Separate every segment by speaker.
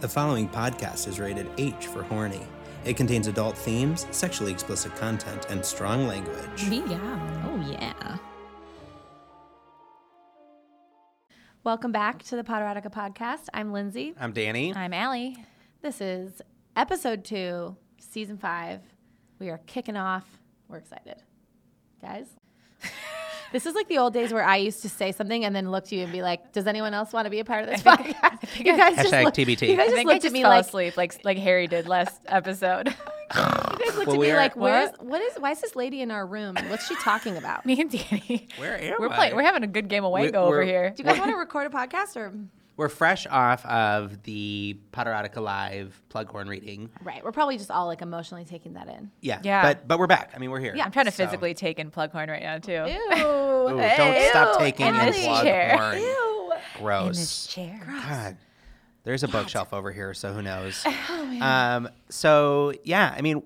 Speaker 1: The following podcast is rated H for horny. It contains adult themes, sexually explicit content, and strong language.
Speaker 2: Yeah. Oh yeah.
Speaker 3: Welcome back to the Poderotica podcast. I'm Lindsay.
Speaker 1: I'm Danny.
Speaker 2: I'm Allie.
Speaker 3: This is episode two, season five. We are kicking off. We're excited. Guys, this is like the old days where I used to say something and then look to you and be like, does anyone else want to be a part of this podcast? you guys just
Speaker 1: Hashtag
Speaker 3: look-
Speaker 1: TBT.
Speaker 3: You guys
Speaker 2: I
Speaker 3: just
Speaker 2: think
Speaker 3: looked
Speaker 2: I just
Speaker 3: at me
Speaker 2: fell
Speaker 3: like,
Speaker 2: asleep, like like Harry did last episode.
Speaker 3: you guys looked
Speaker 1: Well, we
Speaker 3: at me
Speaker 1: are-
Speaker 3: like, where's,
Speaker 2: What?
Speaker 3: what is, why is this lady in our room? What's she talking about? Do
Speaker 2: Me and Danny.
Speaker 1: Where am
Speaker 2: we're
Speaker 1: I?
Speaker 2: playing. We're having a good game of
Speaker 1: We-
Speaker 2: Wango over
Speaker 1: we're-
Speaker 2: here.
Speaker 3: you guys want to record a podcast or?
Speaker 1: We're fresh off of the Potterotica Live Plughorn reading.
Speaker 3: Right. We're probably just all like emotionally taking that in.
Speaker 1: Yeah.
Speaker 2: Yeah.
Speaker 1: But but we're back. I mean, we're here.
Speaker 2: I'm trying to
Speaker 1: So-
Speaker 2: physically take in Plughorn right now too.
Speaker 3: Ew.
Speaker 1: Ooh, don't stop taking
Speaker 2: in
Speaker 1: your
Speaker 2: this chair.
Speaker 1: Plughorn.
Speaker 3: Ew.
Speaker 1: Gross.
Speaker 2: In this chair.
Speaker 1: God, there's a bookshelf over here, so who knows?
Speaker 3: Oh,
Speaker 1: um, so yeah, I mean,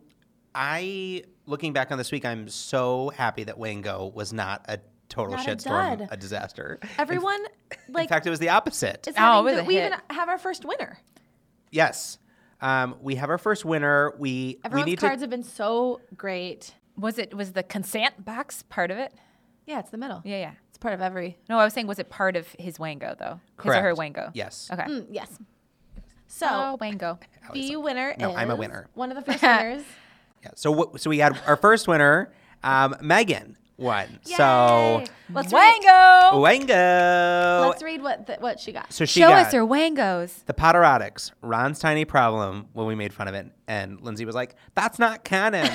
Speaker 1: I looking back on this week, I'm so happy that Wango was not a total
Speaker 3: Not a
Speaker 1: shitstorm,
Speaker 3: dud.
Speaker 1: a, disaster. In-
Speaker 3: Everyone,
Speaker 1: in
Speaker 3: like,
Speaker 1: fact, it was the opposite.
Speaker 3: is
Speaker 2: Oh,
Speaker 3: having
Speaker 2: it was
Speaker 3: the-
Speaker 2: a
Speaker 3: we
Speaker 2: hit.
Speaker 3: even have our first winner.
Speaker 1: yes, um, we have our first winner. We we
Speaker 3: Everyone's
Speaker 1: need
Speaker 3: cards
Speaker 1: to.
Speaker 3: have been so great.
Speaker 2: Was it was the consent box part of it?
Speaker 3: Yeah, it's the middle.
Speaker 2: Yeah, yeah.
Speaker 3: It's part of every.
Speaker 2: No, I was saying, was it part of his Wango though? His or her
Speaker 1: Correct.
Speaker 2: Wango?
Speaker 1: Yes.
Speaker 2: Okay.
Speaker 3: Mm, yes. So
Speaker 2: Oh, Wango.
Speaker 3: the winner
Speaker 1: No,
Speaker 3: is.
Speaker 1: I'm a winner.
Speaker 3: One of the first winners.
Speaker 1: Yeah. So what- so we had our first winner, um, Megan won. So
Speaker 3: Yay. let's read,
Speaker 2: Wango.
Speaker 1: Wango.
Speaker 3: let's read what the, what she got.
Speaker 1: so Oh, she
Speaker 2: Show
Speaker 1: got,
Speaker 2: us your Wangos.
Speaker 1: The Potterotics, Ron's tiny problem when we made fun of it. And Lindsay was like, that's not canon.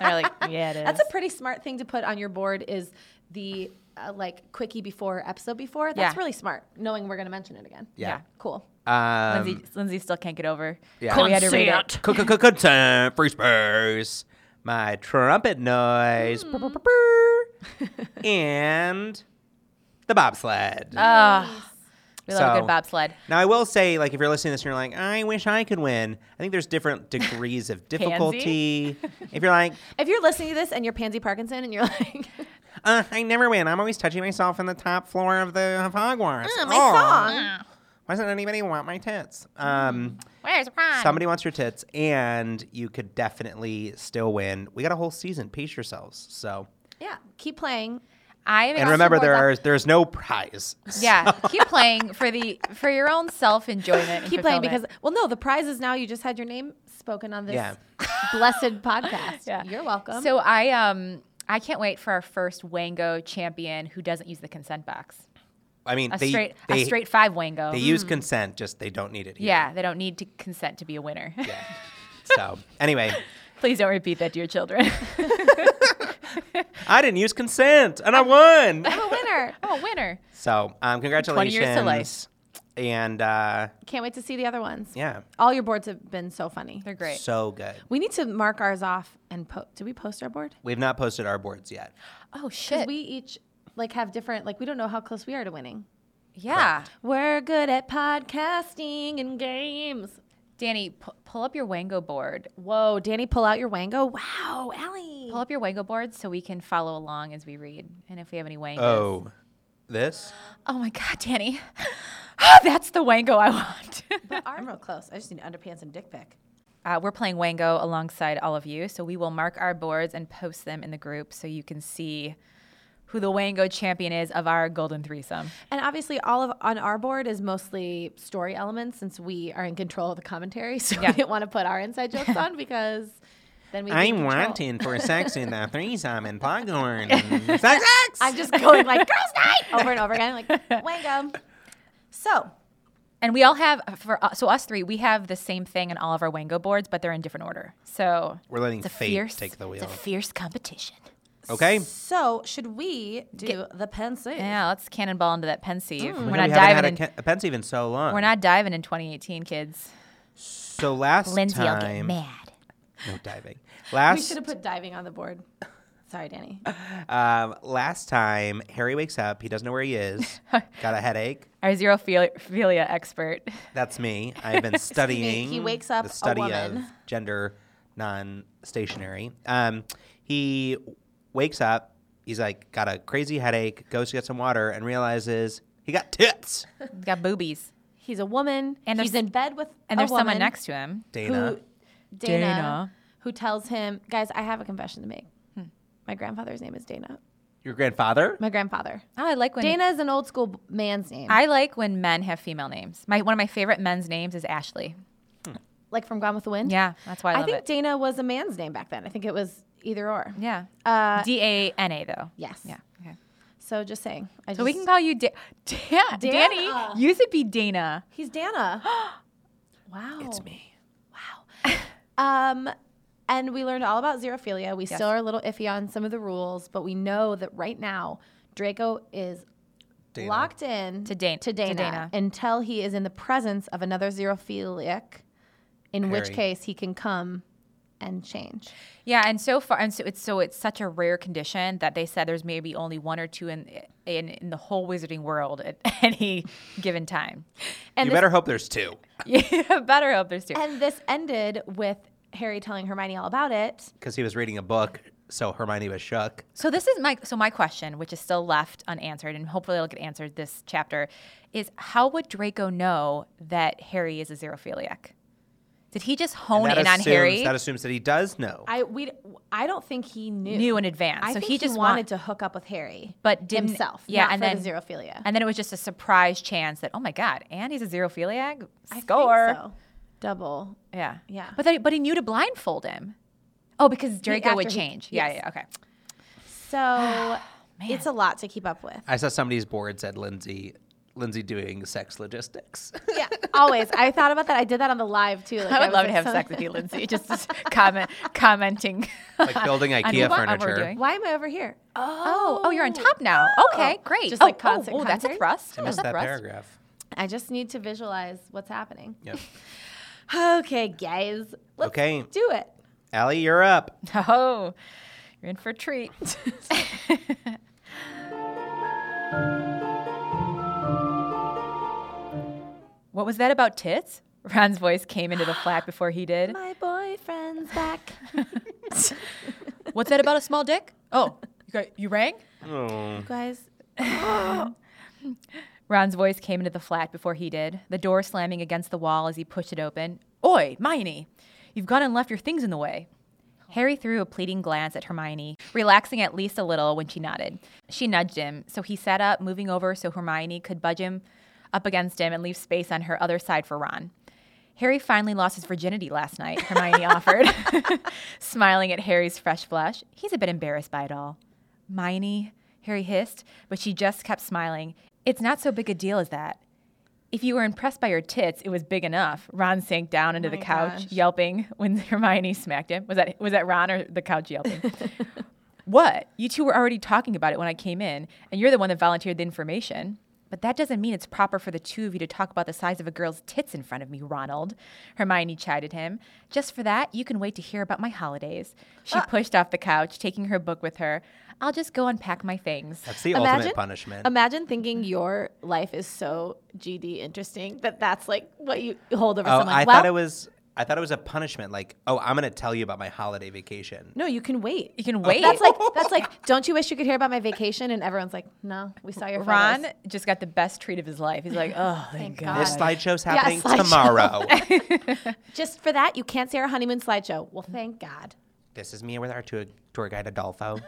Speaker 2: They're like, yeah, it is.
Speaker 3: That's a pretty smart thing to put on your board. Is the uh, like quickie before episode before? That's
Speaker 2: Yeah.
Speaker 3: really smart. Knowing we're gonna mention it again.
Speaker 1: Yeah.
Speaker 3: Cool.
Speaker 1: um,
Speaker 2: Lindsay, Lindsay still can't get over.
Speaker 1: Yeah.
Speaker 2: that we had to read it.
Speaker 1: c- c- c- consent, free space, my trumpet noise, brr, brr, brr, brr, and the bobsled.
Speaker 2: Ah, we love a
Speaker 1: So-
Speaker 2: good bobsled.
Speaker 1: now, I will say, like, if you're listening to this and you're like, I wish I could win, I think there's different degrees of difficulty. if you're like,
Speaker 3: If you're listening to this and you're Pansy Parkinson and you're like,
Speaker 1: uh, I never win, I'm always touching myself in the top floor of the Hogwarts.
Speaker 3: "Oh, my
Speaker 1: Oh.
Speaker 3: song.
Speaker 1: Why doesn't anybody want my tits? Um,
Speaker 2: Where's Ron?
Speaker 1: Somebody wants your tits, and you could definitely still win. We got a whole season. Pace yourselves. So,
Speaker 3: Yeah, keep playing.
Speaker 2: I am
Speaker 1: and remember,
Speaker 2: excited
Speaker 1: there
Speaker 2: for
Speaker 1: are there's no prize.
Speaker 2: that. Yeah, keep playing for the for your own self enjoyment.
Speaker 3: Keep playing because well, no, the prize is now. You just had your name spoken on this
Speaker 1: Yeah.
Speaker 3: blessed podcast.
Speaker 2: Yeah.
Speaker 3: You're welcome.
Speaker 2: So I um I can't wait for our first Wango champion who doesn't use the consent box.
Speaker 1: I mean,
Speaker 2: A
Speaker 1: they
Speaker 2: straight
Speaker 1: they,
Speaker 2: a straight Mm. five Wango.
Speaker 1: they use consent, just they don't need it. Here.
Speaker 2: yeah, they don't need to consent to be a winner.
Speaker 1: Yeah. so anyway,
Speaker 2: Please don't repeat that to your children.
Speaker 1: I didn't use consent, and I won.
Speaker 3: I'm a winner.
Speaker 2: I'm a winner.
Speaker 1: So, um, congratulations.
Speaker 2: years to life.
Speaker 1: And uh,
Speaker 3: Can't wait to see the other ones.
Speaker 1: yeah,
Speaker 3: All your boards have been so funny.
Speaker 2: They're great.
Speaker 1: so good.
Speaker 3: We need to mark ours off and po- did we post our board?
Speaker 1: We've not posted our boards yet.
Speaker 2: oh
Speaker 3: 'Cause
Speaker 2: shit.
Speaker 3: we each like have different like we don't know how close we are to winning.
Speaker 2: yeah.
Speaker 3: We're good at podcasting and games.
Speaker 2: Danny, pu- pull up your Wango board.
Speaker 3: Whoa, Danny, pull out your wango. Wow, Allie.
Speaker 2: Pull up your Wango board so we can follow along as we read, and if we have any Wangos.
Speaker 1: Oh, this.
Speaker 2: Oh my God, Danny. That's the Wango I want.
Speaker 3: But I'm real close. I just need underpants and dick pic.
Speaker 2: uh, we're playing Wango alongside all of you, so we will mark our boards and post them in the group so you can see who the Wango champion is of our Golden Threesome.
Speaker 3: And obviously, all of on our board is mostly story elements since we are in control of the commentary. So we didn't want to put our inside jokes on because then we.
Speaker 1: I'm wanting for sex in the threesome and Plughorn. Sex, sex!
Speaker 3: I'm just going like girls' night over and over again, like wango. So
Speaker 2: And we all have for uh, so us three, we have the same thing in all of our Wango boards, but they're in different order. So
Speaker 1: We're letting
Speaker 2: it's a
Speaker 1: fate
Speaker 2: fierce,
Speaker 1: take the
Speaker 2: It's
Speaker 1: wheel.
Speaker 2: a fierce competition.
Speaker 1: Okay.
Speaker 3: so should we do the pensive?
Speaker 2: Yeah, let's cannonball into that pensieve.
Speaker 1: Oh my
Speaker 2: We're
Speaker 1: God,
Speaker 2: not
Speaker 1: we haven't had
Speaker 2: diving in.
Speaker 1: a, ca- a pensieve in so long.
Speaker 2: We're not diving in 2018, kids.
Speaker 1: So last
Speaker 2: Lindsay will get
Speaker 1: time,
Speaker 2: mad.
Speaker 1: no diving.
Speaker 3: We
Speaker 1: Last
Speaker 3: should have put diving on the board. Sorry, Danny.
Speaker 1: um, last time, Harry wakes up. He doesn't know where he is. Got a headache.
Speaker 2: Our xerophilia expert.
Speaker 1: That's me. I've been studying.
Speaker 3: He wakes up
Speaker 1: the
Speaker 3: a
Speaker 1: study of
Speaker 3: woman.
Speaker 1: gender non-stationary. Um, he wakes up. He's like got a crazy headache. Goes to get some water and realizes he got tits.
Speaker 2: Got boobies.
Speaker 3: He's a woman.
Speaker 2: And
Speaker 3: he's
Speaker 2: there's-
Speaker 3: in bed with
Speaker 2: And
Speaker 3: a
Speaker 2: there's someone
Speaker 3: woman
Speaker 2: next to him.
Speaker 1: Dana.
Speaker 3: Who, Dana,
Speaker 2: Dana. Hmm.
Speaker 3: Who tells him, guys, I have a confession to make. My grandfather's name is Dana.
Speaker 1: Your grandfather?
Speaker 3: My grandfather.
Speaker 2: Oh, I like when
Speaker 3: Dana is an old school b- man's name.
Speaker 2: I like when men have female names. My one of my favorite men's names is Ashley.
Speaker 3: like from Gone with the Wind.
Speaker 2: Yeah, that's why I,
Speaker 3: I,
Speaker 2: love
Speaker 3: think
Speaker 2: it.
Speaker 3: Dana was a man's name back then. I think it was either or.
Speaker 2: yeah,
Speaker 3: Uh,
Speaker 2: D A N A though.
Speaker 3: yes.
Speaker 2: Yeah. Okay.
Speaker 3: So just saying. I
Speaker 2: So we
Speaker 3: just-
Speaker 2: can call you da- Dan- Danny.
Speaker 3: Dana.
Speaker 2: Used to be Dana.
Speaker 3: He's Dana. wow.
Speaker 1: It's me.
Speaker 3: Um, and we learned all about xerophilia. We still are a little iffy on some of the rules, but we know that right now Draco is
Speaker 1: Dana.
Speaker 3: locked in
Speaker 2: To Dan-
Speaker 3: to
Speaker 2: to
Speaker 3: Dana,
Speaker 2: Dana.
Speaker 3: until he is in the presence of another xerophiliac, in which
Speaker 1: Harry.
Speaker 3: case he can come and change.
Speaker 2: Yeah, and so far, and so it's so it's such a rare condition that they said there's maybe only one or two in in, in the whole wizarding world at any given time.
Speaker 3: And
Speaker 1: You
Speaker 3: this,
Speaker 1: better hope there's two.
Speaker 2: Yeah, better hope there's two.
Speaker 3: and this ended with Harry telling Hermione all about it.
Speaker 1: Because he was reading a book, so Hermione was shook.
Speaker 2: So this is my so my question, which is still left unanswered, and hopefully it'll get answered this chapter, is how would Draco know that Harry is a xerophiliac? Did he just
Speaker 1: And
Speaker 2: hone
Speaker 1: that
Speaker 2: in on
Speaker 1: assumes-
Speaker 2: Harry?
Speaker 1: That assumes that he does know.
Speaker 3: I we I don't think he knew.
Speaker 2: Knew in advance.
Speaker 3: I
Speaker 2: So
Speaker 3: think
Speaker 2: he just
Speaker 3: wanted
Speaker 2: want-
Speaker 3: to hook up with Harry,
Speaker 2: But didn't-
Speaker 3: himself.
Speaker 2: yeah,
Speaker 3: not
Speaker 2: and
Speaker 3: for
Speaker 2: then-
Speaker 3: the xerophilia.
Speaker 2: and then it was just a surprise chance that oh my god, and he's a xerophiliac.
Speaker 3: I think
Speaker 2: Score.
Speaker 3: so. double.
Speaker 2: Yeah.
Speaker 3: Yeah.
Speaker 2: But they, but he knew to blindfold him. Oh, because Draco would
Speaker 3: after he-
Speaker 2: change. yeah,
Speaker 3: yes.
Speaker 2: yeah, okay.
Speaker 3: So it's a lot to keep up with.
Speaker 1: I saw somebody's board said Lindsay Lindsay doing sex logistics.
Speaker 3: Yeah, always. I thought about that. I did that on the live too. Like,
Speaker 2: I would
Speaker 3: was
Speaker 2: love to
Speaker 3: like,
Speaker 2: have
Speaker 3: some-
Speaker 2: sex with you, Lindsay. Just just comment commenting.
Speaker 1: Like building
Speaker 2: on
Speaker 1: IKEA
Speaker 2: what we're
Speaker 1: furniture.
Speaker 2: doing.
Speaker 3: Why am I over here?
Speaker 2: Oh, oh, you're on top now. Okay, great.
Speaker 3: Just
Speaker 2: oh,
Speaker 3: like constant
Speaker 2: oh, oh, that's a
Speaker 3: contact.
Speaker 2: thrust.
Speaker 1: I
Speaker 2: that's
Speaker 1: missed
Speaker 2: a
Speaker 1: that
Speaker 2: thrust.
Speaker 1: paragraph.
Speaker 3: I just need to visualize what's happening.
Speaker 1: Yep.
Speaker 3: Okay, guys. Let's
Speaker 1: Okay.
Speaker 3: do it.
Speaker 1: Allie, you're up.
Speaker 2: Oh, you're in for a treat. what was that about tits? Ron's voice came into the flat before he did.
Speaker 3: My boyfriend's back.
Speaker 2: What's that about a small dick? Oh, you, got, you rang?
Speaker 1: Oh.
Speaker 3: guys,
Speaker 2: Ron's voice came into the flat before he did, the door slamming against the wall as he pushed it open. Oi, Miney, you've gone and left your things in the way. Harry threw a pleading glance at Hermione, relaxing at least a little when she nodded. She nudged him, so he sat up, moving over so Hermione could budge him up against him and leave space on her other side for Ron. Harry finally lost his virginity last night, Hermione offered, smiling at Harry's fresh blush. He's a bit embarrassed by it all. Miney, Harry hissed, but she just kept smiling. It's not so big a deal as that. If you were impressed by your tits, it was big enough. Ron sank down into the couch,
Speaker 3: Oh gosh.
Speaker 2: yelping when Hermione smacked him. Was that was that Ron or the couch yelping? What? You two were already talking about it when I came in, and you're the one that volunteered the information. But that doesn't mean it's proper for the two of you to talk about the size of a girl's tits in front of me, Ronald. Hermione chided him. Just for that, you can wait to hear about my holidays. She
Speaker 3: Uh,
Speaker 2: pushed off the couch, taking her book with her. I'll just go unpack my things.
Speaker 1: That's the
Speaker 3: imagine
Speaker 1: ultimate punishment.
Speaker 3: Imagine thinking your life is so GD interesting that that's like what you hold over
Speaker 1: oh,
Speaker 3: someone.
Speaker 1: I
Speaker 3: Well,
Speaker 1: thought it was I thought it was a punishment like, "Oh, I'm going to tell you about my holiday vacation."
Speaker 3: No, you can wait.
Speaker 2: You can wait.
Speaker 3: That's like that's like. Don't you wish you could hear about my vacation? And everyone's like, No, we saw your
Speaker 2: Ron
Speaker 3: photos."
Speaker 2: just got the best treat of his life. He's like, oh, thank,
Speaker 3: God.
Speaker 2: God.
Speaker 1: This slideshow's
Speaker 3: Yeah,
Speaker 1: happening
Speaker 3: slideshow.
Speaker 1: tomorrow.
Speaker 3: Just for that, you can't see our honeymoon slideshow. Well, thank God.
Speaker 1: this is me with our tour, tour guide Adolfo.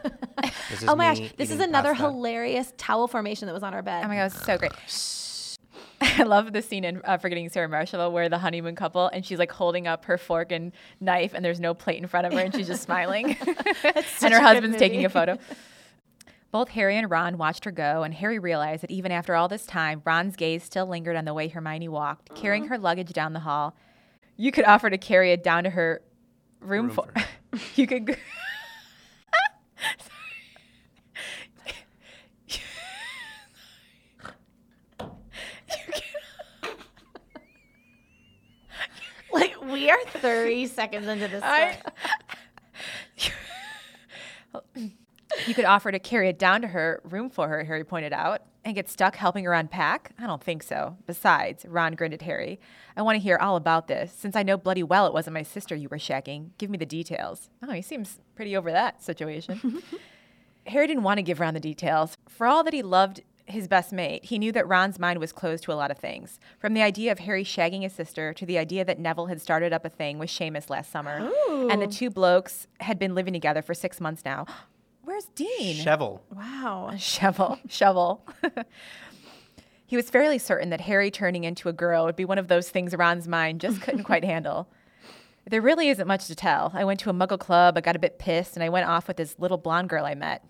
Speaker 1: This is
Speaker 3: Oh my
Speaker 1: me
Speaker 3: gosh, this is
Speaker 1: eating
Speaker 3: another
Speaker 1: pasta.
Speaker 3: hilarious towel formation that was on our bed.
Speaker 2: Oh my god, it was so great. I love the scene in uh, Forgetting Sarah Marshall where the honeymoon couple and she's like holding up her fork and knife and there's no plate in front of her and she's just smiling.
Speaker 3: such
Speaker 2: and
Speaker 3: a
Speaker 2: her
Speaker 3: good
Speaker 2: husband's taking
Speaker 3: movie.
Speaker 2: a photo. Both Harry and Ron watched her go, and Harry realized that even after all this time, Ron's gaze still lingered on the way Hermione walked, carrying
Speaker 3: Uh-huh.
Speaker 2: her luggage down the hall. You could offer to carry it down to her room,
Speaker 1: Room
Speaker 2: for.
Speaker 1: for
Speaker 2: you could. g-
Speaker 3: Like we are 30 seconds into this.
Speaker 2: I-
Speaker 3: story.
Speaker 2: You could offer to carry it down to her room for her, Harry pointed out, and get stuck helping her unpack? I don't think so. Besides, Ron grinned at Harry, I want to hear all about this, since I know bloody well it wasn't my sister you were shacking. Give me the details. Oh, he seems pretty over that situation. Harry didn't want to give Ron the details. For all that he loved his best mate, he knew that Ron's mind was closed to a lot of things. From the idea of Harry shagging his sister to the idea that Neville had started up a thing with Seamus last summer. And the two blokes had been living together for six months now. Where's Dean?
Speaker 1: Shevel.
Speaker 3: Oh,
Speaker 4: Wow.
Speaker 2: Shovel. Shovel. he was fairly certain that Harry turning into a girl would be one of those things Ron's mind just couldn't quite handle. There really isn't much to tell. I went to a muggle club, I got a bit pissed, and I went off with this little blonde girl I met.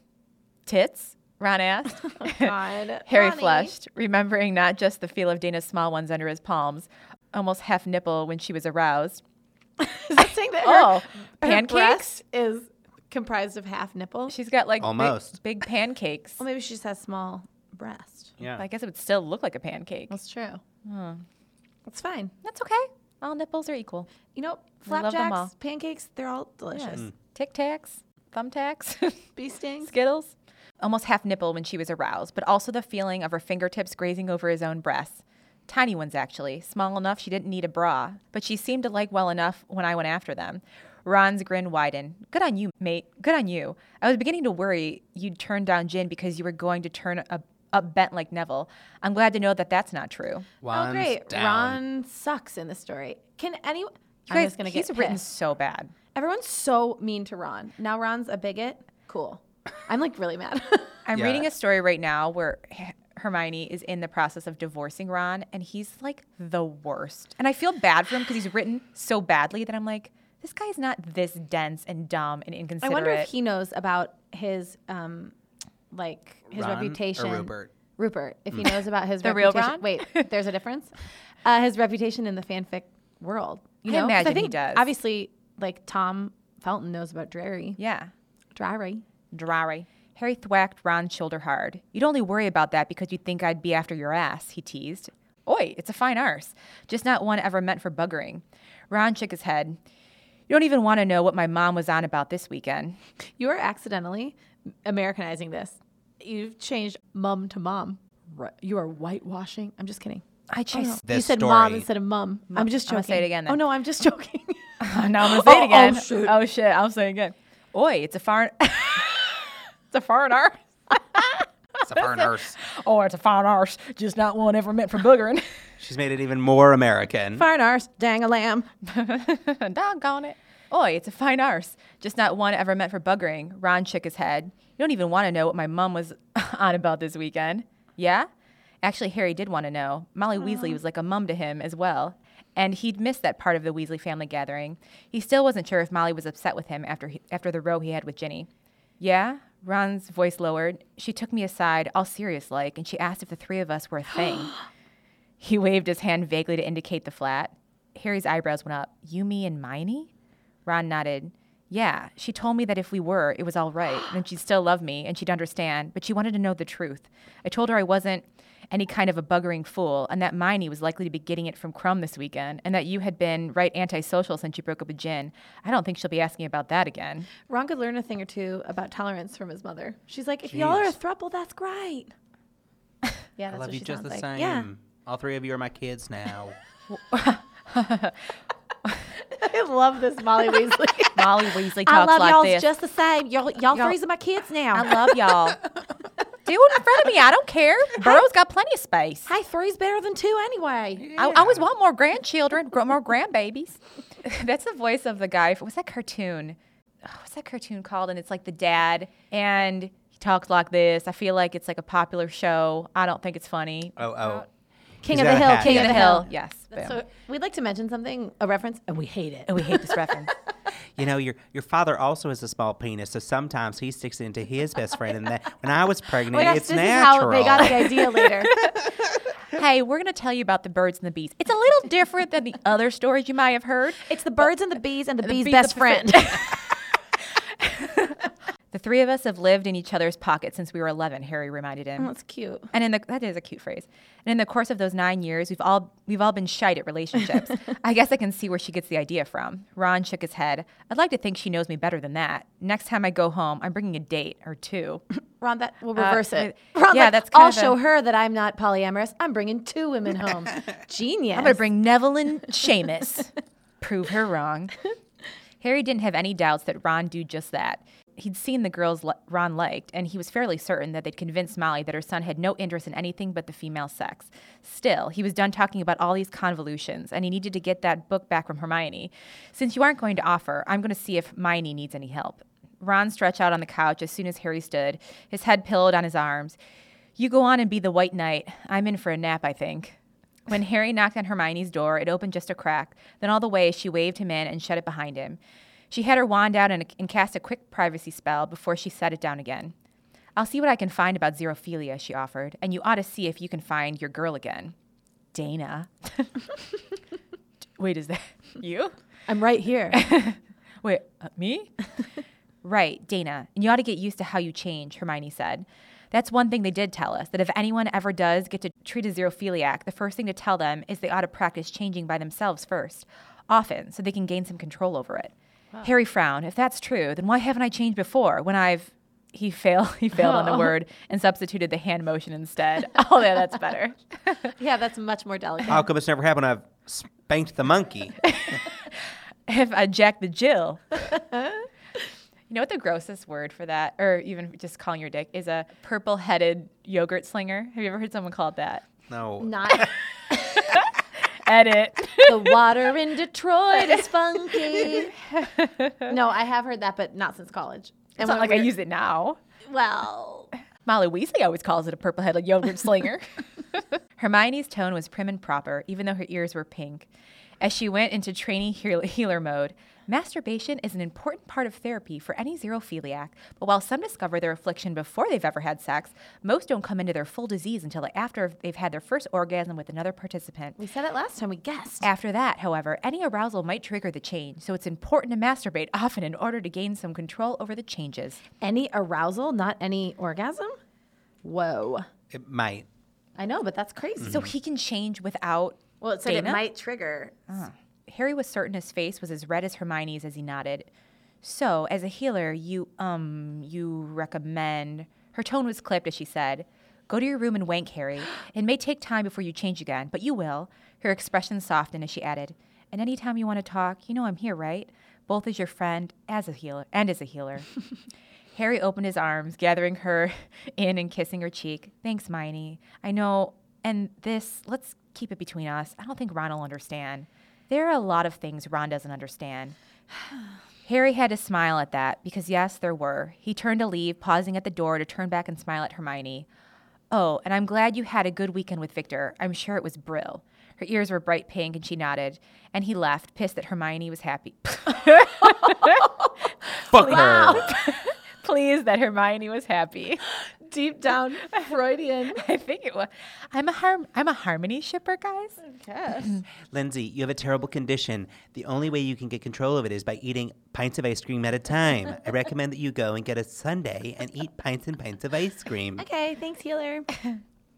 Speaker 2: Tits? Ron asked.
Speaker 3: Oh God.
Speaker 2: Harry
Speaker 3: Ronnie.
Speaker 2: flushed, remembering not just the feel of Dana's small ones under his palms, almost half nipple when she was aroused.
Speaker 3: Is that saying that
Speaker 2: Oh,
Speaker 3: her,
Speaker 2: pancakes?
Speaker 3: her breast is comprised of half nipple?
Speaker 2: She's got like big-
Speaker 1: Almost.
Speaker 2: big, pancakes.
Speaker 3: Well, maybe she just has small breast.
Speaker 1: Yeah.
Speaker 2: I guess it would still look like a pancake.
Speaker 3: That's true. It's fine.
Speaker 2: That's okay. All nipples are equal.
Speaker 3: You know,
Speaker 2: love them all.
Speaker 3: flapjacks, pancakes, they're all delicious.
Speaker 2: Tic Tacs, thumbtacks,
Speaker 3: Bee stings.
Speaker 2: Skittles. Almost half nipple when she was aroused, but also the feeling of her fingertips grazing over his own breasts. Tiny ones, actually, small enough she didn't need a bra, but she seemed to like well enough when I went after them. Ron's grin widened. Good on you, mate. Good on you. I was beginning to worry you'd turn down Jin because you were going to turn up, up bent like Neville. I'm glad to know that that's not true.
Speaker 1: Wands
Speaker 3: oh, great.
Speaker 1: down.
Speaker 3: Ron sucks in the story. Can anyone?
Speaker 2: You
Speaker 3: I'm
Speaker 2: guys,
Speaker 3: just gonna
Speaker 2: he's
Speaker 3: get
Speaker 2: written
Speaker 3: pissed.
Speaker 2: so bad.
Speaker 3: Everyone's so mean to Ron. Now Ron's a bigot. Cool. I'm like really mad.
Speaker 2: I'm
Speaker 1: Yeah.
Speaker 2: reading a story right now where H- Hermione is in the process of divorcing Ron, and he's like the worst. And I feel bad for him because he's written so badly that I'm like, this guy is not this dense and dumb and
Speaker 3: I
Speaker 2: inconsiderate.
Speaker 3: wonder if he knows about his um, like his
Speaker 1: Ron or
Speaker 3: reputation.
Speaker 1: Rupert?
Speaker 3: Rupert. If
Speaker 2: Mm.
Speaker 3: he knows about his
Speaker 2: The real
Speaker 3: reputation.
Speaker 2: Ron?
Speaker 3: Wait, there's a difference. Uh, his reputation in the fanfic world. You
Speaker 2: I
Speaker 3: know? 'Cause
Speaker 2: imagine
Speaker 3: I
Speaker 2: he
Speaker 3: think
Speaker 2: does.
Speaker 3: Obviously, like Tom Felton knows about Dreary.
Speaker 2: yeah,
Speaker 3: Dreary.
Speaker 2: Drarry. Harry thwacked Ron's shoulder hard. You'd only worry about that because you'd think I'd be after your ass, he teased. Oi, it's a fine arse. Just not one ever meant for buggering. Ron shook his head. You don't even want to know what my mom was on about this weekend.
Speaker 3: You are accidentally Americanizing this. You've changed mum to mom. Right. You are whitewashing. I'm just kidding. Oh,
Speaker 2: I
Speaker 3: no.
Speaker 2: chased.
Speaker 3: you
Speaker 1: This
Speaker 3: said mom
Speaker 1: story-
Speaker 3: instead of mum. I'm just joking.
Speaker 2: I'm gonna say it again
Speaker 3: Oh
Speaker 2: then.
Speaker 3: no, I'm just joking.
Speaker 2: now I'm gonna say
Speaker 3: Oh,
Speaker 2: it
Speaker 3: oh,
Speaker 2: again.
Speaker 3: shit.
Speaker 2: Oh shit! I'll say it again. Oi, it's a foreign. it's a foreign arse.
Speaker 1: It's a fern hearse.
Speaker 2: Oh, it's a foreign arse. Just not one ever meant for boogering.
Speaker 1: She's made it even more American.
Speaker 3: Fire an arse, dang a lamb.
Speaker 2: Doggone it. Oi, it's a fine arse. Just not one ever meant for buggering. Ron shook his head. You don't even want to know what my mum was on about this weekend. Yeah? Actually, Harry did want to know. Molly Weasley was like a mum to him as well. And he'd missed that part of the Weasley family gathering. He still wasn't sure if Molly was upset with him after, he, after the row he had with Ginny. Yeah? Ron's voice lowered. She took me aside, all serious like, and she asked if the three of us were a thing. He waved his hand vaguely to indicate the flat. Harry's eyebrows went up. You, me, and Miney? Ron nodded. Yeah, she told me that if we were, it was all right, and she'd still love me, and she'd understand, but she wanted to know the truth. I told her I wasn't any kind of a buggering fool, and that Miney was likely to be getting it from Crumb this weekend, and that you had been right antisocial since you broke up with Jin. I don't think she'll be asking about that again.
Speaker 3: Ron could learn a thing or two about tolerance from his mother. She's like, if y'all are a
Speaker 1: Jeez.
Speaker 3: throuple, that's great. Yeah,
Speaker 1: I
Speaker 3: that's
Speaker 1: love
Speaker 3: what
Speaker 1: you
Speaker 3: she
Speaker 1: just the
Speaker 3: sounds
Speaker 1: same.
Speaker 3: like. Yeah,
Speaker 1: All three of you are my kids now.
Speaker 3: I love this Molly Weasley.
Speaker 2: Molly Weasley
Speaker 3: I
Speaker 2: talks
Speaker 3: love
Speaker 2: like
Speaker 3: y'all
Speaker 2: this.
Speaker 3: just the same. Y'all, y'all, three's are my kids now.
Speaker 2: I love y'all. Do it in front of me. I don't care. Burrow's got plenty of space.
Speaker 3: hey, three's better than two anyway.
Speaker 2: I, I always want more grandchildren, gr- more grandbabies. That's the voice of the guy. From, what's that cartoon? Oh, what's that cartoon called? And it's like the dad, and he talks like this. I feel like it's like a popular show. I don't think it's funny.
Speaker 1: Oh, oh.
Speaker 3: King
Speaker 1: He's
Speaker 3: of the
Speaker 1: got a
Speaker 3: Hill,
Speaker 1: hat.
Speaker 3: King of the Hill.
Speaker 2: Yes. Boom.
Speaker 3: So we'd like to mention something, a reference, and we hate it.
Speaker 2: and we hate this reference.
Speaker 1: You know, your your father also has a small penis, so sometimes he sticks into his best friend. And that when I was pregnant,
Speaker 3: Wait,
Speaker 1: it's
Speaker 3: Oh this
Speaker 1: natural.
Speaker 3: is how they got the idea later.
Speaker 2: hey, we're gonna tell you about the birds and the bees. It's a little different than the other stories you might have heard.
Speaker 3: it's the birds and the bees and the, bees'
Speaker 2: bees
Speaker 3: best
Speaker 2: of the
Speaker 3: friend.
Speaker 2: The three of us have lived in each other's pockets since we were 11. Harry reminded him.
Speaker 3: that's cute.
Speaker 2: And in the that is a cute phrase. And in the course of those nine years, we've all we've all been shite at relationships. I guess I can see where she gets the idea from. Ron shook his head. I'd like to think she knows me better than that. Next time I go home, I'm bringing a date or two.
Speaker 3: Ron, that we'll reverse it.
Speaker 2: uh,
Speaker 3: Ron's
Speaker 2: yeah,
Speaker 3: like,
Speaker 2: that's
Speaker 3: I'll
Speaker 2: kinda-
Speaker 3: show her that I'm not polyamorous. I'm bringing two women home. Genius.
Speaker 2: I'm gonna bring Neville and Seamus. Prove her wrong. Harry didn't have any doubts that Ron do just that. he'd seen the girls li- Ron liked, and he was fairly certain that they'd convinced Molly that her son had no interest in anything but the female sex. Still, he was done talking about all these convolutions, and he needed to get that book back from Hermione. Since you aren't going to offer, I'm going to see if Hermione needs any help. Ron stretched out on the couch as soon as Harry stood, his head pillowed on his arms. You go on and be the white knight. I'm in for a nap, I think. When Harry knocked on Hermione's door, it opened just a crack. Then all the way, she waved him in and shut it behind him. She had her wand out and, and cast a quick privacy spell before she set it down again. I'll see what I can find about xerophilia, she offered, and you ought to see if you can find your girl again. Dana. Wait, is that you?
Speaker 3: I'm right here.
Speaker 2: Wait, uh, me? right, Dana. And you ought to get used to how you change, Hermione said. That's one thing they did tell us that if anyone ever does get to treat a xerophiliac, the first thing to tell them is they ought to practice changing by themselves first, often, so they can gain some control over it. Harry frowned. If that's true, then why haven't I changed before when I've. He failed. He failed on the
Speaker 3: Oh.
Speaker 2: word and substituted the hand motion instead. Oh, yeah, that's better.
Speaker 3: yeah, that's much more delicate.
Speaker 1: How come it's never happened? I've spanked the monkey.
Speaker 2: if I jack the Jill. you know what the grossest word for that, or even just calling your dick, is a purple headed yogurt slinger? Have you ever heard someone call it that?
Speaker 1: No.
Speaker 3: Not
Speaker 2: Edit.
Speaker 3: the water in Detroit is funky. no, I have heard that, but not since college.
Speaker 2: It's not
Speaker 3: when
Speaker 2: like I
Speaker 3: we're-
Speaker 2: use it now.
Speaker 3: Well,
Speaker 2: Molly Weasley always calls it a purple headed yogurt slinger. Hermione's tone was prim and proper, even though her ears were pink. As she went into trainee heal- healer mode, masturbation is an important part of therapy for any xerophiliac, but while some discover their affliction before they've ever had sex, most don't come into their full disease until after they've had their first orgasm with another participant.
Speaker 3: we said it last time. We guessed.
Speaker 2: After that, however, any arousal might trigger the change, so it's important to masturbate often in order to gain some control over the changes.
Speaker 3: Any arousal, not any orgasm. Whoa.
Speaker 1: It might.
Speaker 3: I know, but that's crazy.
Speaker 2: So he can change without
Speaker 3: Mm. well, it said
Speaker 2: Mm-hmm. Dana?
Speaker 3: it might trigger.
Speaker 2: Harry was certain his face was as red as Hermione's as he nodded. So, as a healer, you um you recommend. Her tone was clipped as she said, "Go to your room and wank, Harry. It may take time before you change again, but you will." Her expression softened as she added, "And any time you want to talk, you know I'm here, right? Both as your friend, as a healer, and as a healer." Harry opened his arms, gathering her in and kissing her cheek. Thanks, Miney. I know, and this, let's keep it between us. I don't think Ron will understand. There are a lot of things Ron doesn't understand. Harry had to smile at that because, yes, there were. He turned to leave, pausing at the door to turn back and smile at Hermione. Oh, and I'm glad you had a good weekend with Victor. I'm sure it was Brill. Her ears were bright pink and she nodded. And he left, pissed that Hermione was happy.
Speaker 1: Fuck her.
Speaker 2: Pleased that Hermione was happy.
Speaker 3: Deep down Freudian.
Speaker 2: I think it was. I'm a harm. I'm a harmony shipper, guys.
Speaker 3: Yes.
Speaker 1: Lindsay, you have a terrible condition. The only way you can get control of it is by eating pints of ice cream at a time. I recommend that you go and get a sundae and eat pints and pints of ice cream.
Speaker 3: Okay, thanks, healer.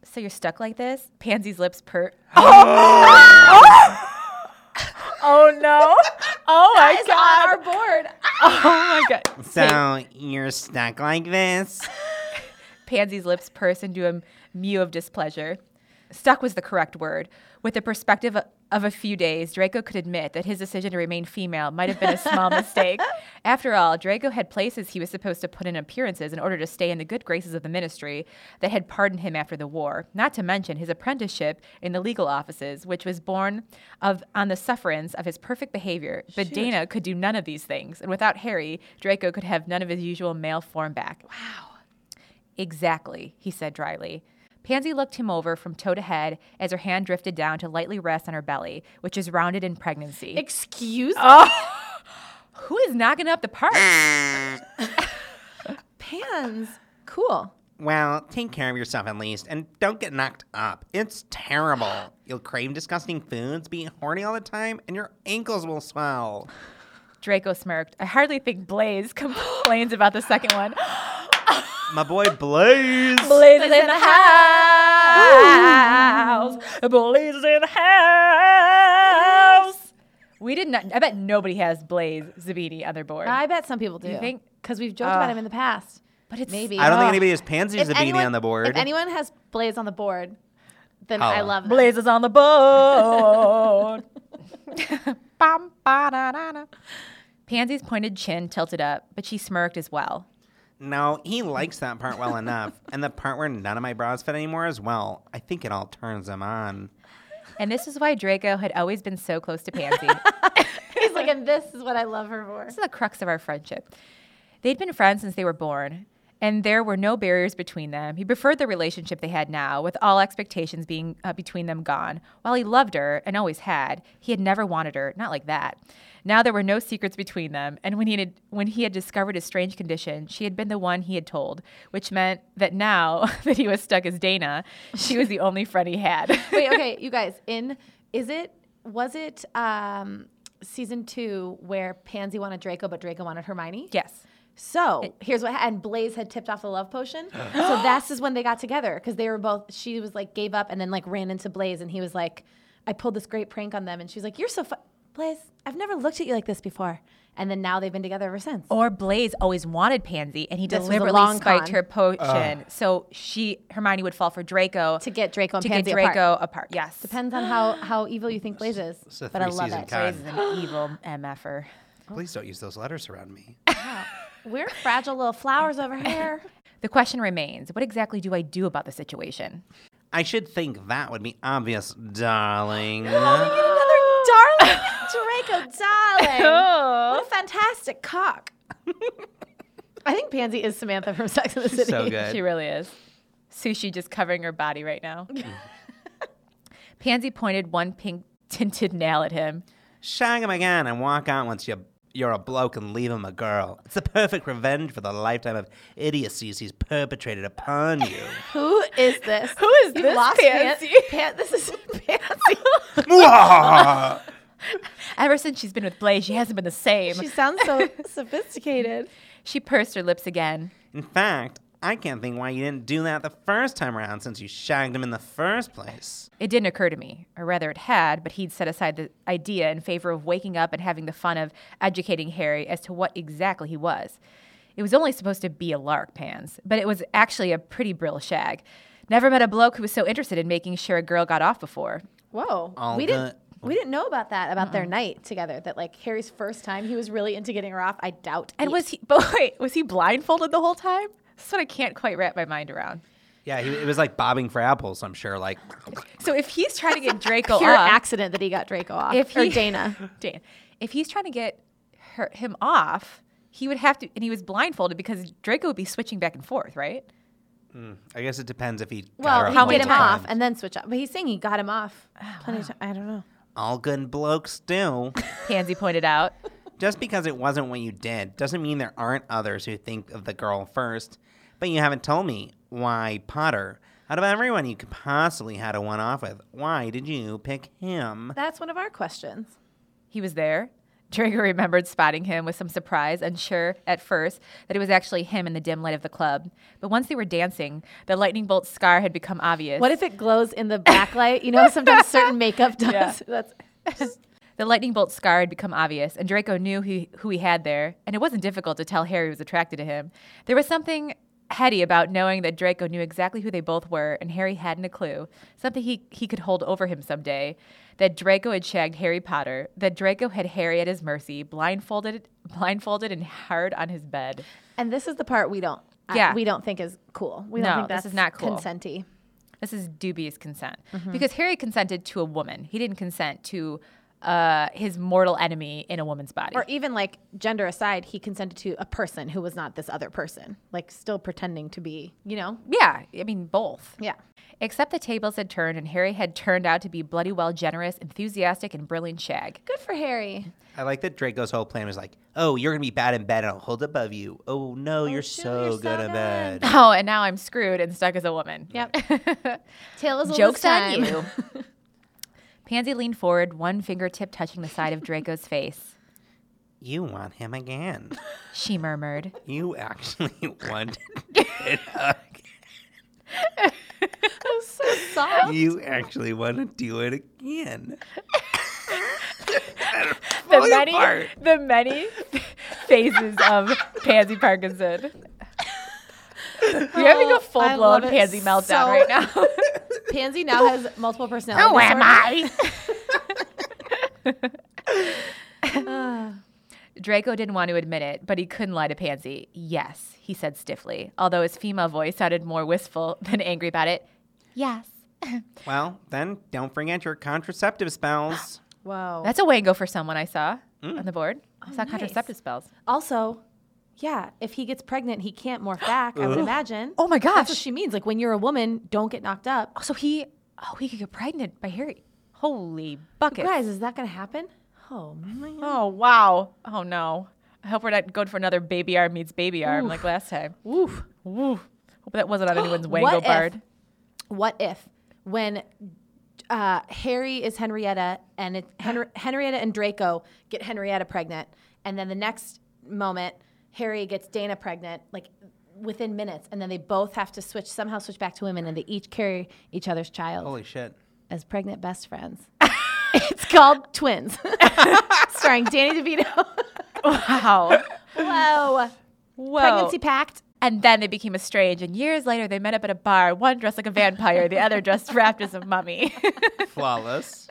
Speaker 2: So you're stuck like this. Pansy's lips pert. Oh, no! Oh my
Speaker 3: It's on our board.
Speaker 2: Oh my god!
Speaker 1: So you're stuck like this?
Speaker 2: Pansy's lips pursed into a mew of displeasure. Stuck was the correct word. With the perspective of a few days, Draco could admit that his decision to remain female might have been a small mistake. After all, Draco had places he was supposed to put in appearances in order to stay in the good graces of the ministry that had pardoned him after the war, not to mention his apprenticeship in the legal offices, which was born of on the sufferance of his perfect behavior. But Dana could do none of these things, and without Harry, Draco could have none of his usual male form back. Exactly, he said dryly. Pansy looked him over from toe to head as her hand drifted down to lightly rest on her belly, which is rounded in pregnancy.
Speaker 3: Excuse
Speaker 2: Oh. Who is knocking up the park?
Speaker 3: pans. Cool.
Speaker 1: Well, take care of yourself at least, and don't get knocked up. It's terrible. You'll crave disgusting foods, be horny all the time, and your ankles will swell.
Speaker 2: Draco smirked. I hardly think Blaze complains about the second one.
Speaker 1: My boy Blaze.
Speaker 2: Blaze is in the house. Blaze is in the house. We did not. I bet nobody has Blaze Zabini on their board.
Speaker 3: I bet some people do.
Speaker 2: You think?
Speaker 3: Because we've joked about him in the past.
Speaker 2: but it's
Speaker 3: Maybe.
Speaker 1: I don't think
Speaker 3: Ugh.
Speaker 1: anybody has Pansy
Speaker 3: If
Speaker 1: Zabini
Speaker 3: anyone-
Speaker 1: on the board.
Speaker 3: If anyone has Blaze on the board, then
Speaker 1: Oh.
Speaker 3: I love them.
Speaker 2: Blaze is on the board. Bum, ba, da, da, da. Pansy's pointed chin tilted up, but she smirked as well.
Speaker 1: No, he likes that part well enough. And the part where none of my bras fit anymore as well. I think it all turns him on.
Speaker 2: And this is why Draco had always been so close to Pansy.
Speaker 3: He's like, and this is what I love her for.
Speaker 2: This is the crux of our friendship. They'd been friends since they were born, and there were no barriers between them. He preferred the relationship they had now, with all expectations being uh, between them gone. While he loved her and always had, he had never wanted her, not like that. Now there were no secrets between them, and when he had when he had discovered his strange condition, she had been the one he had told, which meant that now that he was stuck as Dana, she was the only friend he had.
Speaker 3: Wait, okay, you guys, in is it was it um season two where Pansy wanted Draco but Draco wanted Hermione?
Speaker 2: yes.
Speaker 3: So here's what, and Blaze had tipped off the love potion. so this is when they got together because they were both. She was like gave up and then like ran into Blaze, and he was like, "I pulled this great prank on them," and she's like, "You're so fu- Blaze. I've never looked at you like this before." And then now they've been together ever since.
Speaker 2: Or Blaze always wanted Pansy, and he
Speaker 3: This was a
Speaker 2: deliberately
Speaker 3: long
Speaker 2: spiked
Speaker 3: con.
Speaker 2: her potion, so she Hermione would fall for Draco
Speaker 3: To get Draco and
Speaker 2: to
Speaker 3: Pansy
Speaker 2: get Draco
Speaker 3: apart.
Speaker 2: apart. Yes,
Speaker 3: Depends on how how evil you think Blaze is,
Speaker 1: it's a
Speaker 3: but I love
Speaker 1: three-season
Speaker 3: it.
Speaker 1: con.
Speaker 2: Blaze is an evil
Speaker 3: er.
Speaker 2: mf'er.
Speaker 1: Please don't use those letters around me.
Speaker 3: We're fragile little flowers over here.
Speaker 2: The question remains: What exactly do I do about the situation?
Speaker 1: I should think that would be obvious, darling.
Speaker 3: Another darling Draco, darling.
Speaker 2: Oh,
Speaker 3: What a fantastic cock. I think Pansy is Samantha from Sex and the City.
Speaker 1: so
Speaker 2: she
Speaker 1: good.
Speaker 2: really is. Sushi just covering her body right now. Pansy pointed one pink tinted nail at him.
Speaker 1: Shag him again and walk out once you, you're a bloke and leave him a girl. It's the perfect revenge for the lifetime of idiocies he's perpetrated upon you.
Speaker 3: Who is this?
Speaker 2: Who is
Speaker 3: You
Speaker 2: this
Speaker 3: lost
Speaker 2: Pansy?
Speaker 3: Pan- Pan- this is Pansy.
Speaker 1: Mwah!
Speaker 2: Ever since she's been with Blaze, she hasn't been the same.
Speaker 3: she sounds so sophisticated.
Speaker 2: she pursed her lips again.
Speaker 1: in fact, I can't think why you didn't do that the first time around since you shagged him in the first place.
Speaker 2: It didn't occur to me, or rather it had, but he'd set aside the idea in favor of waking up and having the fun of educating Harry as to what exactly he was. It was only supposed to be a lark, Pans, but it was actually a pretty brill shag. Never met a bloke who was so interested in making sure a girl got off before.
Speaker 3: Whoa.
Speaker 1: All
Speaker 3: we
Speaker 1: the-
Speaker 3: didn't we didn't know about that about their night together. That like Harry's first time, he was really into getting her off. I doubt.
Speaker 2: And
Speaker 3: he-
Speaker 2: was he, but wait, was he blindfolded the whole time? This is what I can't quite wrap my mind around.
Speaker 1: Yeah, he, it was like bobbing for apples, I'm sure. Like,
Speaker 2: So if he's trying to get Draco
Speaker 3: pure
Speaker 2: off,
Speaker 3: accident that he got Draco off
Speaker 2: if he,
Speaker 3: or Dana.
Speaker 2: Dan, if he's trying to get her, him off, he would have to, and he was blindfolded because Draco would be switching back and forth, right?
Speaker 1: I guess it depends if he. got her
Speaker 3: Well,
Speaker 1: up
Speaker 3: he get
Speaker 1: multiple
Speaker 3: him off
Speaker 1: times.
Speaker 3: and then switch up. But he's saying he got him off. Plenty of time. I don't know.
Speaker 1: All good blokes do.
Speaker 2: Pansy pointed out.
Speaker 1: Just because it wasn't what you did doesn't mean there aren't others who think of the girl first. But you haven't told me why Potter. Out of everyone you could possibly had a one off with, why did you pick him?
Speaker 3: That's one of our questions.
Speaker 2: He was there. Draco remembered spotting him with some surprise, unsure at first that it was actually him in the dim light of the club. But once they were dancing, the lightning bolt scar had become obvious.
Speaker 3: What if it glows in the backlight? You know, sometimes certain makeup does.
Speaker 2: Yeah.
Speaker 3: That's
Speaker 2: the lightning bolt scar had become obvious, and Draco knew he, who he had there, and it wasn't difficult to tell Harry was attracted to him. There was something heady about knowing that Draco knew exactly who they both were, and Harry hadn't a clue. Something he, he could hold over him someday. That Draco had shagged Harry Potter. That Draco had Harry at his mercy, blindfolded, blindfolded and hard on his bed.
Speaker 3: and this is the part we don't. I-
Speaker 2: Yeah.
Speaker 3: we don't think is cool. We
Speaker 2: No,
Speaker 3: don't think
Speaker 2: this
Speaker 3: that's
Speaker 2: is not cool.
Speaker 3: Consenty.
Speaker 2: This is dubious consent because Harry consented to a woman. He didn't consent to uh, his mortal enemy in a woman's body.
Speaker 3: or even like gender aside, he consented to a person who was not this other person, like still pretending to be, you know?
Speaker 2: yeah, I mean both.
Speaker 3: Yeah.
Speaker 2: Except the tables had turned, and Harry had turned out to be bloody well generous, enthusiastic, and brilliant shag.
Speaker 3: Good for Harry.
Speaker 1: I like that Draco's whole plan was like, oh, you're going to be bad in bed and I'll hold above you. Oh, no, you're
Speaker 3: shoot,
Speaker 1: so
Speaker 3: you're so
Speaker 1: good in
Speaker 3: good.
Speaker 1: bed.
Speaker 2: Oh, and now I'm screwed and stuck as a woman.
Speaker 3: Yep. Tail is
Speaker 2: Joke's on you. Pansy leaned forward, one fingertip touching the side of Draco's face.
Speaker 1: You want him again.
Speaker 2: She murmured.
Speaker 1: You actually want You actually want to do it again.
Speaker 2: the
Speaker 1: Fall
Speaker 2: many
Speaker 1: apart.
Speaker 2: the many phases of pansy Parkinson. You're having a
Speaker 3: Oh,
Speaker 2: full
Speaker 3: I
Speaker 2: blown
Speaker 3: love it
Speaker 2: pansy meltdown
Speaker 3: so-
Speaker 2: right now.
Speaker 3: Pansy now has multiple personalities. Uh,
Speaker 2: I? Draco didn't want to admit it, but he couldn't lie to Pansy. Yes, he said stiffly, although his female voice sounded more wistful than angry about it. Yes.
Speaker 1: Well, then don't forget your contraceptive spells.
Speaker 3: Whoa.
Speaker 2: That's a wango for someone I saw on the board.
Speaker 3: Oh,
Speaker 2: I saw contraceptive spells.
Speaker 3: also, yeah, if he gets pregnant, he can't morph back, I would imagine.
Speaker 2: Oh my
Speaker 3: That's
Speaker 2: gosh.
Speaker 3: what she means. Like when you're a woman, don't get knocked up.
Speaker 2: So he, oh, he could get pregnant by Harry. Holy bucket.
Speaker 3: Guys, is that going to happen? Oh, my.
Speaker 2: Oh, wow. Oh, no. I hope we're not going for another baby arm meets baby arm like last time.
Speaker 3: Oof.
Speaker 2: Woo. Hope that wasn't on anyone's wango
Speaker 3: What if-
Speaker 2: bard.
Speaker 3: What if when uh, Harry is Henrietta and it, Henri- Henrietta and Draco get Henrietta pregnant, and then the next moment Harry gets Dana pregnant, like within minutes, and then they both have to switch somehow switch back to women, and they each carry each other's child
Speaker 1: Holy shit.
Speaker 3: as pregnant best friends. it's called Twins, starring Danny DeVito.
Speaker 2: Wow.
Speaker 3: Whoa,
Speaker 2: Whoa.
Speaker 3: pregnancy pact.
Speaker 2: And then they became estranged, and years later they met up at a bar, one dressed like a vampire, the other dressed wrapped as a mummy.
Speaker 1: Flawless.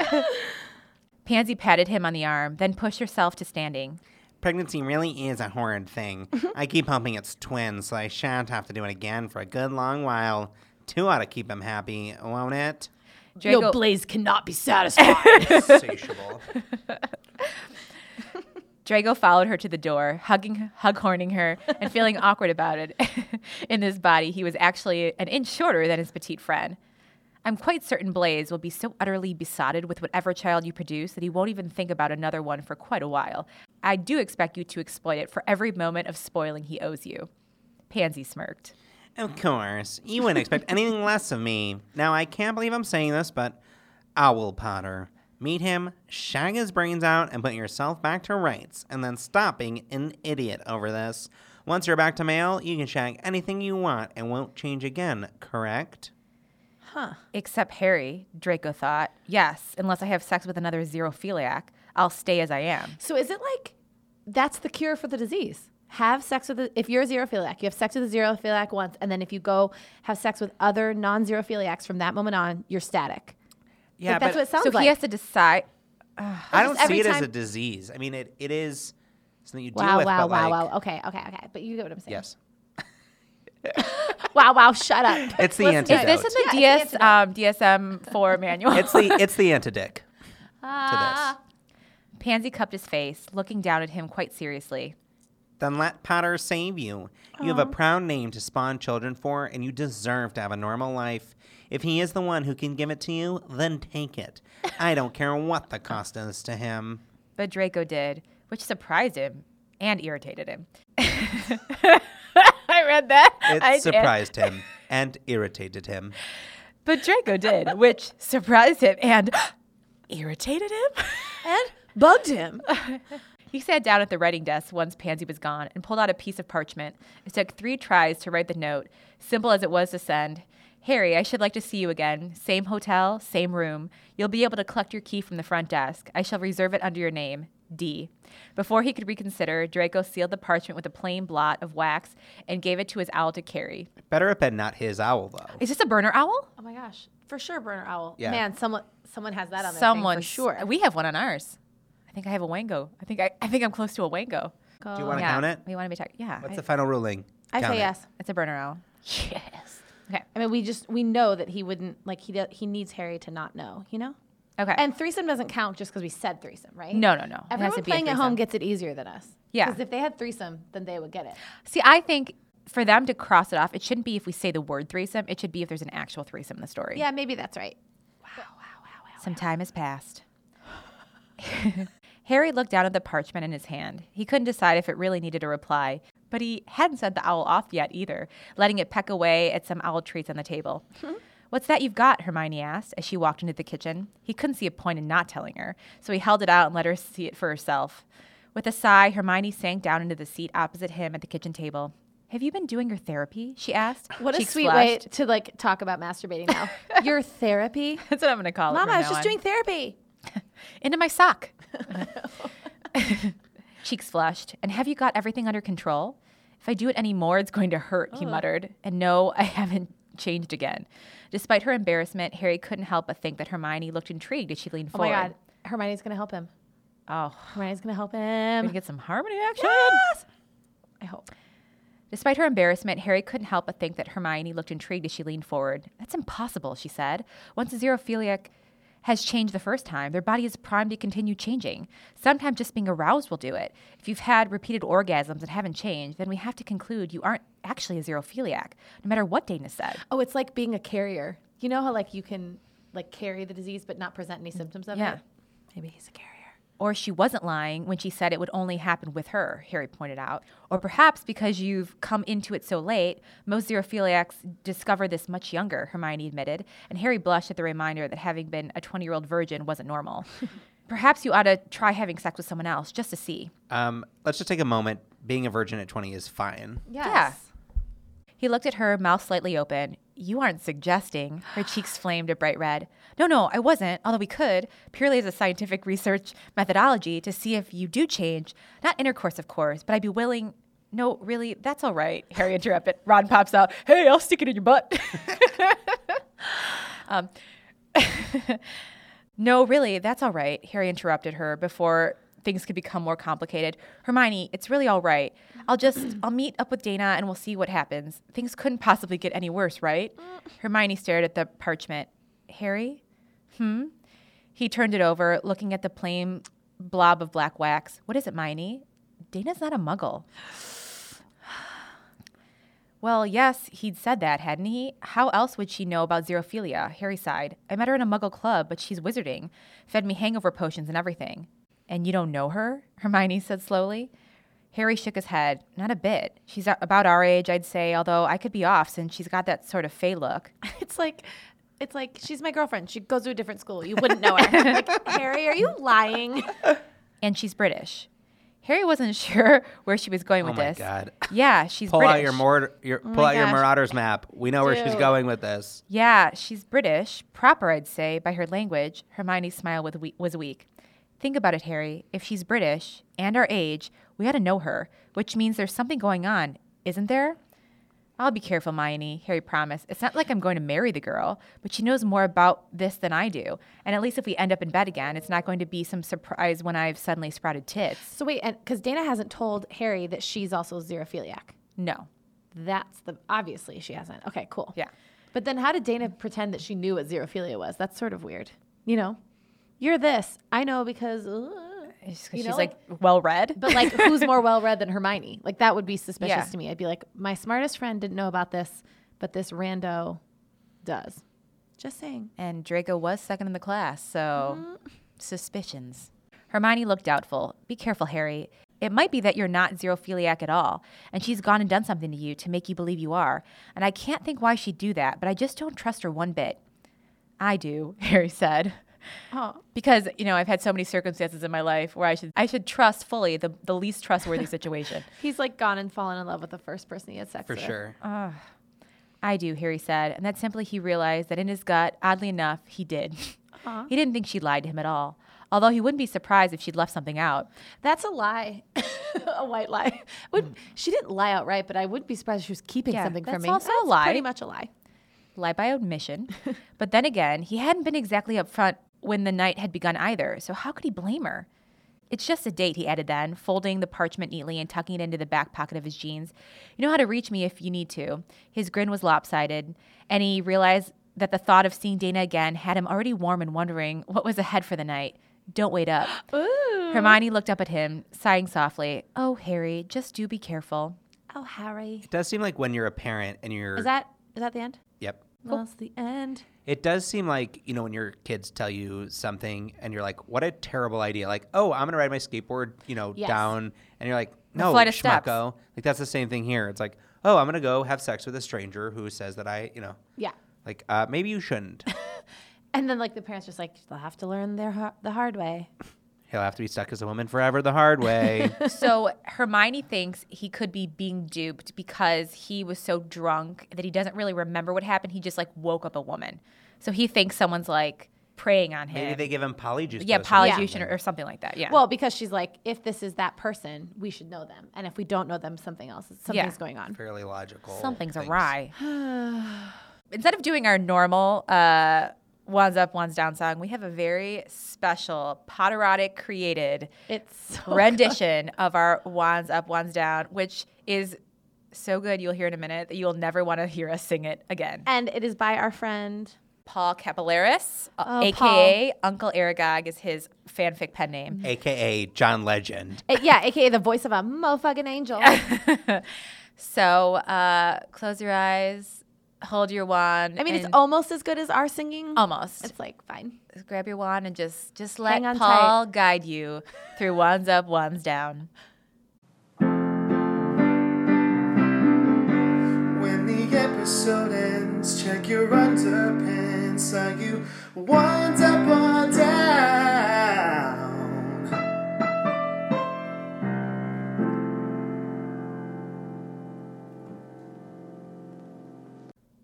Speaker 2: Pansy patted him on the arm, then pushed herself to standing.
Speaker 1: Pregnancy really is a horrid thing. I keep hoping it's twins, so I shan't have to do it again for a good long while. Two ought to keep him happy, won't it?
Speaker 2: Draco,
Speaker 3: Blaze cannot be satisfied.
Speaker 1: Insatiable.
Speaker 2: Draco followed her to the door, hugging, hug horning her, and feeling awkward about it. In his body, he was actually an inch shorter than his petite friend. I'm quite certain Blaze will be so utterly besotted with whatever child you produce that he won't even think about another one for quite a while. I do expect you to exploit it for every moment of spoiling he owes you. Pansy smirked.
Speaker 1: of course. You wouldn't expect anything less of me. Now, I can't believe I'm saying this, but Owl Potter. Meet him, shag his brains out, and put yourself back to rights, and then stop being an idiot over this. Once you're back to male, you can shag anything you want and won't change again, correct?
Speaker 2: Except Harry, Draco thought. Yes, unless I have sex with another xerophiliac, I'll stay as I am.
Speaker 3: So is it like that's the cure for the disease? Have sex with the, if you're a xerophiliac, you have sex with a xerophiliac once, and then if you go have sex with other non-xerophiliacs from that moment on, you're static.
Speaker 1: Yeah,
Speaker 3: Like, that's what it sounds
Speaker 2: so
Speaker 3: like.
Speaker 2: he has to decide.
Speaker 1: I don't
Speaker 3: every
Speaker 1: see it as
Speaker 3: time-
Speaker 1: a disease. I mean, it, it is something you deal
Speaker 3: wow,
Speaker 1: with.
Speaker 3: wow,
Speaker 1: but
Speaker 3: wow,
Speaker 1: like,
Speaker 3: wow. Okay, okay, okay. But you get what I'm saying.
Speaker 1: Yes.
Speaker 3: Wow, wow. Shut up.
Speaker 1: It's the
Speaker 3: Listen to
Speaker 1: antidote.
Speaker 2: Is this in the
Speaker 3: Yeah, it's
Speaker 2: DS, um, DSM 4 manual?
Speaker 1: It's the it's the antidote
Speaker 3: Ah.
Speaker 1: to this.
Speaker 2: Pansy cupped his face, looking down at him quite seriously.
Speaker 1: Then let Potter save you. You have a proud name to spawn children for, and you deserve to have a normal life. If he is the one who can give it to you, then take it. I don't care what the cost is to him.
Speaker 2: But Draco did, which surprised him and irritated him. I read that.
Speaker 1: It
Speaker 2: I did.
Speaker 1: surprised him and irritated him.
Speaker 2: But Draco did, which surprised him and irritated him.
Speaker 3: and bugged him.
Speaker 2: He sat down at the writing desk once Pansy was gone and pulled out a piece of parchment. It took three tries to write the note, simple as it was to send. Harry, I should like to see you again. Same hotel, same room. You'll be able to collect your key from the front desk. I shall reserve it under your name, D. Before he could reconsider, Draco sealed the parchment with a plain blot of wax and gave it to his owl to carry.
Speaker 1: Better have been not his owl though.
Speaker 2: Is this a burner owl?
Speaker 3: Oh my gosh. For sure, burner owl.
Speaker 1: Yeah.
Speaker 3: Man, someone someone has that on their
Speaker 2: Someone,
Speaker 3: thing for sure.
Speaker 2: We have one on ours. I think I have a wango. I think I, I think I'm close to a wango.
Speaker 1: Do you want to count it?
Speaker 2: We want to be talking. Yeah,
Speaker 1: What's
Speaker 2: I-
Speaker 1: the final ruling?
Speaker 3: I
Speaker 1: Count
Speaker 3: say
Speaker 1: it.
Speaker 3: yes.
Speaker 2: it's a burner owl.
Speaker 3: Yes.
Speaker 2: Okay.
Speaker 3: I mean, we just we know that he wouldn't like he do- he needs Harry to not know, you know.
Speaker 2: Okay.
Speaker 3: And threesome doesn't count just because we said threesome, right?
Speaker 2: No, no, no. It has
Speaker 3: Everyone
Speaker 2: to be a
Speaker 3: playing at home
Speaker 2: threesome.
Speaker 3: gets it easier than us.
Speaker 2: Yeah.
Speaker 3: Because if they had threesome, then they would get it.
Speaker 2: See, I think for them to cross it off, it shouldn't be if we say the word threesome. It should be if there's an actual threesome in the story.
Speaker 3: Yeah, maybe that's right.
Speaker 2: Some time has passed. Harry looked down at the parchment in his hand. He couldn't decide if it really needed a reply, but he hadn't sent the owl off yet either, letting it peck away at some owl treats on the table. What's that you've got? Hermione asked as she walked into the kitchen. He couldn't see a point in not telling her, so he held it out and let her see it for herself. With a sigh, Hermione sank down into the seat opposite him at the kitchen table. Have you been doing your therapy? She asked.
Speaker 3: What a
Speaker 2: Cheeks
Speaker 3: sweet
Speaker 2: flushed.
Speaker 3: way to like talk about masturbating now. Your therapy,
Speaker 2: That's what I'm going to call it.
Speaker 3: Mama.
Speaker 2: from
Speaker 3: I was
Speaker 2: now
Speaker 3: just
Speaker 2: on.
Speaker 3: doing therapy.
Speaker 2: into my sock. Cheeks flushed. And have you got everything under control? If I do it any more, it's going to hurt, he muttered. And no, I haven't changed again. Despite her embarrassment, Harry couldn't help but think that Hermione looked intrigued as she leaned
Speaker 3: Oh
Speaker 2: forward.
Speaker 3: my god, Hermione's gonna help him.
Speaker 2: Oh,
Speaker 3: Hermione's gonna help
Speaker 2: we
Speaker 3: him.
Speaker 2: get some harmony action.
Speaker 3: Yes! I hope.
Speaker 2: Despite her embarrassment, Harry couldn't help but think that Hermione looked intrigued as she leaned forward. That's impossible, she said. Once a xerophiliac has changed the first time, their body is primed to continue changing. Sometimes just being aroused will do it. If you've had repeated orgasms and haven't changed, then we have to conclude you aren't actually a xerophiliac, no matter what Dana said.
Speaker 3: Oh, it's like being a carrier. You know how like you can like carry the disease but not present any symptoms of
Speaker 2: Yeah.
Speaker 3: it. Maybe he's a carrier.
Speaker 2: Or she wasn't lying when she said it would only happen with her, Harry pointed out. Or perhaps because you've come into it so late, most xerophiliacs discover this much younger, Hermione admitted, and Harry blushed at the reminder that having been a 20 year old virgin wasn't normal. perhaps you ought to try having sex with someone else just to see.
Speaker 1: Um, let's just take a moment. Being a virgin at 20 is fine.
Speaker 3: Yes.
Speaker 2: He looked at her, mouth slightly open. You aren't suggesting. Her cheeks flamed a bright red. No, no, I wasn't, although we could, purely as a scientific research methodology to see if you do change. Not intercourse, of course, but I'd be willing. No, really, that's all right, Harry interrupted. Ron pops out, Hey, I'll stick it in your butt. um, no, really, that's all right, Harry interrupted her before things could become more complicated. Hermione, it's really all right. I'll just I'll meet up with Dana and we'll see what happens. Things couldn't possibly get any worse, right? Hermione stared at the parchment. Harry? Hmm? He turned it over, looking at the plain blob of black wax. What is it, Miney? Dana's not a muggle. Well, yes, he'd said that, hadn't he? How else would she know about xerophilia? Harry sighed. I met her in a muggle club, but she's wizarding. Fed me hangover potions and everything. And you don't know her? Hermione said slowly. Harry shook his head. Not a bit. She's a- about our age, I'd say, although I could be off since she's got that sort of fey look.
Speaker 3: It's like it's like she's my girlfriend. She goes to a different school. You wouldn't know her. like, Harry, are you lying?
Speaker 2: And she's British. Harry wasn't sure where she was going
Speaker 1: Oh
Speaker 2: with
Speaker 1: my
Speaker 2: this.
Speaker 1: God.
Speaker 2: Yeah, she's
Speaker 1: Pull
Speaker 2: British.
Speaker 1: out your, mor- your pull
Speaker 3: Oh my
Speaker 1: out your
Speaker 3: gosh.
Speaker 1: Marauders map. We know where she's
Speaker 3: Dude.
Speaker 1: going with this.
Speaker 2: Yeah, she's British, proper, I'd say, by her language. Hermione's smile with we- was weak. Think about it, Harry. If she's British and our age, we ought to know her, which means there's something going on, isn't there? I'll be careful, Hermione, Harry promised. It's not like I'm going to marry the girl, but she knows more about this than I do. And at least if we end up in bed again, it's not going to be some surprise when I've suddenly sprouted tits.
Speaker 3: So wait, and because Dana hasn't told Harry that she's also xerophiliac.
Speaker 2: No.
Speaker 3: That's the obviously she hasn't. Okay, cool.
Speaker 2: Yeah.
Speaker 3: But then how did Dana pretend that she knew what xerophilia was? That's sort of weird. You know, you're this. I know because. uh,
Speaker 2: She's,
Speaker 3: You
Speaker 2: she's
Speaker 3: know,
Speaker 2: like well read.
Speaker 3: but like, who's more well read than Hermione? Like that would be suspicious
Speaker 2: Yeah.
Speaker 3: to me. I'd be like, my smartest friend didn't know about this, but this rando does. Just saying.
Speaker 2: And Draco was second in the class, so suspicions. Hermione looked doubtful. Be careful, Harry. It might be that you're not xerophiliac at all, and she's gone and done something to you to make you believe you are. And I can't think why she'd do that, but I just don't trust her one bit. I do, Harry said.
Speaker 3: Oh,
Speaker 2: Because, you know, I've had so many circumstances in my life where I should I should trust fully the, the least trustworthy situation.
Speaker 3: he's like gone and fallen in love with the first person he had sex
Speaker 1: For
Speaker 3: with.
Speaker 1: sure.
Speaker 2: I do, Harry said, and that simply he realized that in his gut, oddly enough, he did.
Speaker 3: Aw.
Speaker 2: He didn't think she lied to him at all, although he wouldn't be surprised if she'd left something out.
Speaker 3: That's a lie, a white lie.
Speaker 1: Mm.
Speaker 3: Would she didn't lie outright, but I wouldn't be surprised if she was keeping
Speaker 2: Yeah,
Speaker 3: something from
Speaker 2: that's
Speaker 3: me.
Speaker 2: also a
Speaker 3: that's
Speaker 2: lie.
Speaker 3: Pretty much a lie.
Speaker 2: Lie by omission. but then again, he hadn't been exactly upfront when the night had begun either, so how could he blame her? It's just a date, he added then, folding the parchment neatly and tucking it into the back pocket of his jeans. You know how to reach me if you need to. His grin was lopsided, and he realized that the thought of seeing Dana again had him already warm and wondering what was ahead for the night. Don't wait up.
Speaker 3: Ooh.
Speaker 2: Hermione looked up at him, sighing softly. Oh, Harry, just do be careful.
Speaker 3: Oh, Harry.
Speaker 1: It does seem like when you're a parent and you're.
Speaker 3: Is that is that the end?
Speaker 1: Yep.
Speaker 3: Well, that's the end.
Speaker 1: It does seem like, you know, when your kids tell you something and you're like, what a terrible idea. Like, oh, I'm going to ride my skateboard, you know,
Speaker 3: Yes.
Speaker 1: down. And you're like, no,
Speaker 2: flight of steps.
Speaker 1: schmucko. Like, that's the same thing here. It's like, oh, I'm going to go have sex with a stranger who says that I, you know,
Speaker 3: Yeah.
Speaker 1: like, uh, maybe you shouldn't.
Speaker 3: And then like the parents just like they'll have to learn their har- the hard way.
Speaker 1: He'll have to be stuck as a woman forever the hard way.
Speaker 2: so Hermione thinks he could be being duped because he was so drunk that he doesn't really remember what happened. He just like woke up a woman. So he thinks someone's like preying on him.
Speaker 1: maybe they give him polyjuice.
Speaker 2: yeah,
Speaker 1: doses or
Speaker 2: polyjuice
Speaker 1: something.
Speaker 2: or, or something like that. Yeah.
Speaker 3: Well, because she's like, if this is that person, we should know them, and if we don't know them, something else, something's
Speaker 2: Yeah.
Speaker 3: going on.
Speaker 1: Fairly logical.
Speaker 2: something's
Speaker 1: things.
Speaker 2: awry. Instead of doing our normal uh, Wands Up, Wands Down song, we have a very special Potterotic created
Speaker 3: It's so
Speaker 2: rendition of our Wands Up, Wands Down, which is so good you'll hear in a minute that you'll never want to hear us sing it again.
Speaker 3: and it is by our friend.
Speaker 2: Paul Capillaris, uh,
Speaker 3: Oh,
Speaker 2: aka Uncle Aragog, is his fanfic pen name.
Speaker 1: AKA John Legend.
Speaker 3: eh, yeah, aka the voice of a motherfucking angel.
Speaker 2: so uh, close your eyes, hold your wand.
Speaker 3: I mean, it's
Speaker 2: and-
Speaker 3: almost as good as our singing.
Speaker 2: almost.
Speaker 3: It's like fine.
Speaker 2: grab your wand and just just let
Speaker 3: Hang on
Speaker 2: Paul guide you through wands up, wands down.
Speaker 4: When the episode ends, check your underpants. Are you winds up or down?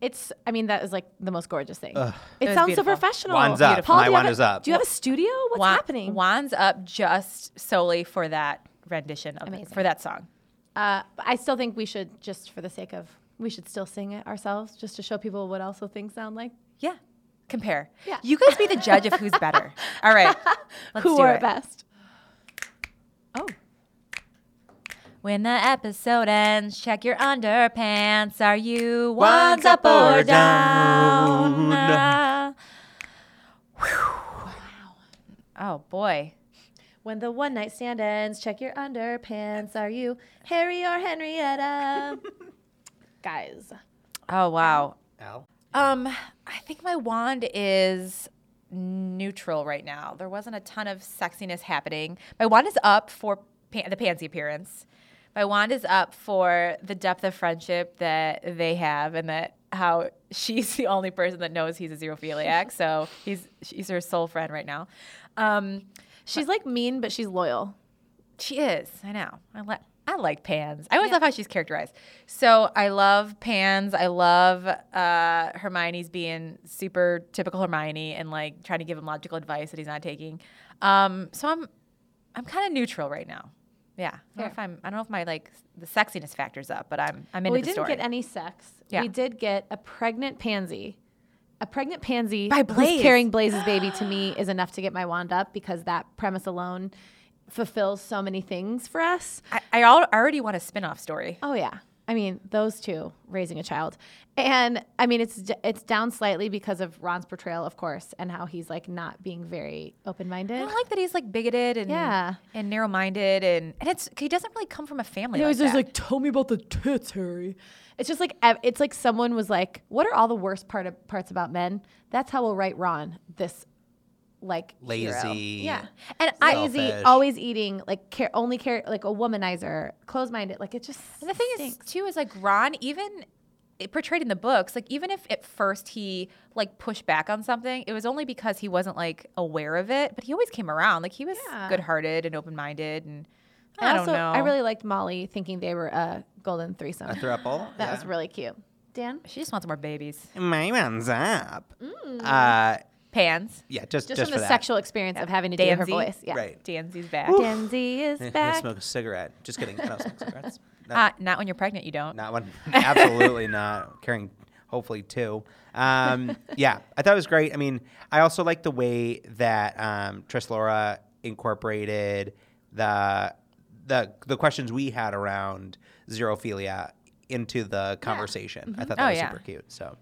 Speaker 3: It's. I mean, that is like the most gorgeous thing.
Speaker 2: It
Speaker 3: It,
Speaker 2: was
Speaker 3: sounds
Speaker 2: beautiful.
Speaker 3: so professional.
Speaker 1: Wands up.
Speaker 3: Paul,
Speaker 1: My
Speaker 3: do you
Speaker 1: wand
Speaker 3: have a-
Speaker 1: is up.
Speaker 3: Do you have a studio? What's
Speaker 2: Wa-
Speaker 3: happening?
Speaker 2: Wands up just solely for that rendition of it,
Speaker 3: Amazing.
Speaker 2: for that song.
Speaker 3: Uh, but I still think we should, just for the sake of, we should still sing it ourselves, just to show people what also things sound like.
Speaker 2: Yeah. Compare.
Speaker 3: Yeah.
Speaker 2: You guys be the judge of who's better. All right. Let's
Speaker 3: Who
Speaker 2: do
Speaker 3: are
Speaker 2: it.
Speaker 3: best?
Speaker 2: Oh. When the episode ends, check your underpants. Are you wands up or down? Whew. Oh boy.
Speaker 3: When the one night stand ends, check your underpants. Are you Harry or Henrietta? Guys,
Speaker 2: Oh wow.
Speaker 1: Al?
Speaker 2: Um, I think my wand is neutral right now. There wasn't a ton of sexiness happening. My wand is up for pa- the pansy appearance. My wand is up for the depth of friendship that they have, and that how she's the only person that knows he's a xerophiliac. so he's she's her sole friend right now. Um,
Speaker 3: she's like mean, but she's loyal.
Speaker 2: she is. I know. I like. I like Pans. I always love how she's characterized. So I love Pans. I love uh, Hermione's being super typical Hermione and like trying to give him logical advice that he's not taking. Um, so I'm, I'm kind of neutral right now. Yeah. I don't know if I'm. I don't know if my like s- the sexiness factors up, but I'm. I'm into
Speaker 3: we
Speaker 2: the
Speaker 3: didn't
Speaker 2: story.
Speaker 3: get any sex.
Speaker 2: Yeah.
Speaker 3: We did get a pregnant pansy. A pregnant pansy
Speaker 2: By
Speaker 3: who's
Speaker 2: Blaze.
Speaker 3: carrying Blaze's baby to me is enough to get my wand up because that premise alone fulfills so many things for us.
Speaker 2: I, I al- already want a spin off story.
Speaker 3: Oh yeah. I mean, those two raising a child, and I mean it's d- it's down slightly because of Ron's portrayal, of course, and how he's like not being very open
Speaker 2: I
Speaker 3: minded.
Speaker 2: don't like that he's like bigoted and
Speaker 3: Yeah.
Speaker 2: and narrow minded and and it's he doesn't really come from a family.
Speaker 3: He
Speaker 2: like
Speaker 3: was just
Speaker 2: that.
Speaker 3: like, "Tell me about the tits, Harry." It's just like ev- it's like someone was like, "What are all the worst part of, parts about men?" That's how we'll write Ron this, like hero.
Speaker 1: Lazy.
Speaker 3: yeah,
Speaker 2: and I
Speaker 3: lazy,
Speaker 1: Selfish.
Speaker 3: always eating, like care, only care, like a womanizer, close minded. Like it just
Speaker 2: And the thing
Speaker 3: stinks.
Speaker 2: is, too, is like Ron, even it portrayed in the books, like even if at first he like pushed back on something, it was only because he wasn't like aware of it. But he always came around. Like he was
Speaker 3: Yeah.
Speaker 2: good-hearted and open-minded, and I,
Speaker 3: And
Speaker 2: don't
Speaker 3: also,
Speaker 2: know.
Speaker 3: I really liked Molly thinking they were a golden threesome.
Speaker 1: A thruple?
Speaker 3: that
Speaker 1: Yeah.
Speaker 3: was really cute. Dan,
Speaker 2: she just wants more babies.
Speaker 1: My man's up. Uh,
Speaker 2: Pans,
Speaker 1: yeah, just,
Speaker 3: just,
Speaker 1: just,
Speaker 3: from
Speaker 1: for
Speaker 3: the
Speaker 1: that.
Speaker 3: sexual experience of having to do her
Speaker 2: Danzy.
Speaker 3: voice. Yeah,
Speaker 1: Right.
Speaker 2: Danzy's back.
Speaker 3: Danzy is
Speaker 1: Eh,
Speaker 3: back.
Speaker 1: Let's smoke a cigarette. Just kidding. I don't smoke cigarettes. No,
Speaker 2: Uh, not when you're pregnant, you don't.
Speaker 1: not one. Absolutely not. Carrying hopefully two. Um, yeah, I thought it was great. I mean, I also like the way that um, Tris Laura incorporated the the the questions we had around xerophilia into the conversation. I thought that
Speaker 2: Oh,
Speaker 1: was
Speaker 2: yeah.
Speaker 1: super cute. So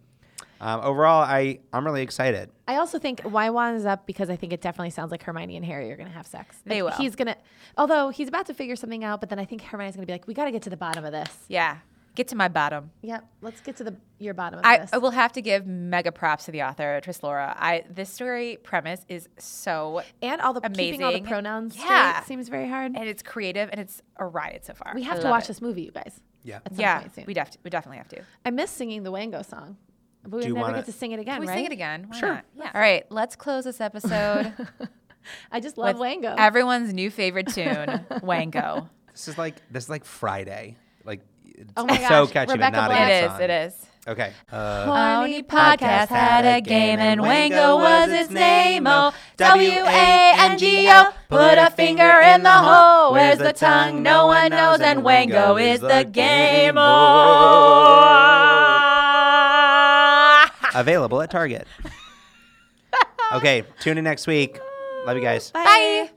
Speaker 1: um, overall, I I'm really excited.
Speaker 3: I also think why Juan is up because I think it definitely sounds like Hermione and Harry are going to have sex.
Speaker 2: They
Speaker 3: Like,
Speaker 2: will.
Speaker 3: He's going to, although he's about to figure something out, but then I think Hermione's going to be like, we got to get to the bottom of this.
Speaker 2: Yeah, get to my bottom.
Speaker 3: Yep. Let's get to the your bottom of
Speaker 2: I,
Speaker 3: this.
Speaker 2: I will have to give mega props to the author, Tris Laura. I this story premise is so
Speaker 3: and all the keeping all the
Speaker 2: Amazing.
Speaker 3: pronouns
Speaker 2: Yeah.
Speaker 3: straight seems very hard.
Speaker 2: and it's creative and it's a riot so far.
Speaker 3: we
Speaker 2: I
Speaker 3: have to
Speaker 2: love
Speaker 3: watch
Speaker 2: it.
Speaker 3: this movie, you guys.
Speaker 1: Yeah.
Speaker 3: At some
Speaker 2: Yeah,
Speaker 3: point soon.
Speaker 2: we, def- we definitely have to.
Speaker 3: I miss singing the Wango song, but we
Speaker 1: you
Speaker 3: never
Speaker 1: wanna-
Speaker 3: get to sing it again,
Speaker 2: Can we
Speaker 3: right?
Speaker 2: sing it again? Why
Speaker 1: Sure.
Speaker 2: not? Yeah. All right. Let's close this episode
Speaker 3: I just love
Speaker 2: with
Speaker 3: Wango.
Speaker 2: everyone's new favorite tune, Wango.
Speaker 1: This is like this is like Friday. Like it's
Speaker 3: Oh my
Speaker 1: so
Speaker 3: gosh,
Speaker 1: catchy,
Speaker 3: Rebecca
Speaker 1: but not a
Speaker 3: Black.
Speaker 1: good
Speaker 2: It is.
Speaker 1: song.
Speaker 2: It is.
Speaker 1: Okay. Uh,
Speaker 2: Pony Podcast had a game and Wango was its name. Oh, W A N G O. Put a finger in the hole. Where's the tongue? No one knows. And Wango is the game. Oh.
Speaker 1: Available at Target. Okay, tune in next week. Love you guys.
Speaker 5: Bye.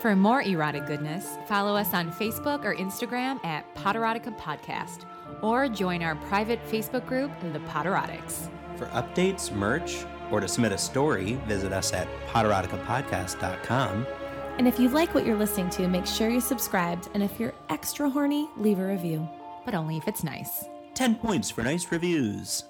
Speaker 2: For more erotic goodness, follow us on Facebook or Instagram at Potterotica Podcast, or join our private Facebook group, The Potterotics.
Speaker 1: For updates, merch, or to submit a story, visit us at potteroticapodcast.com.
Speaker 6: And if you like what you're listening to, make sure you subscribed. And if you're extra horny, leave a review.
Speaker 2: But only if it's nice.
Speaker 1: 10 points for nice reviews.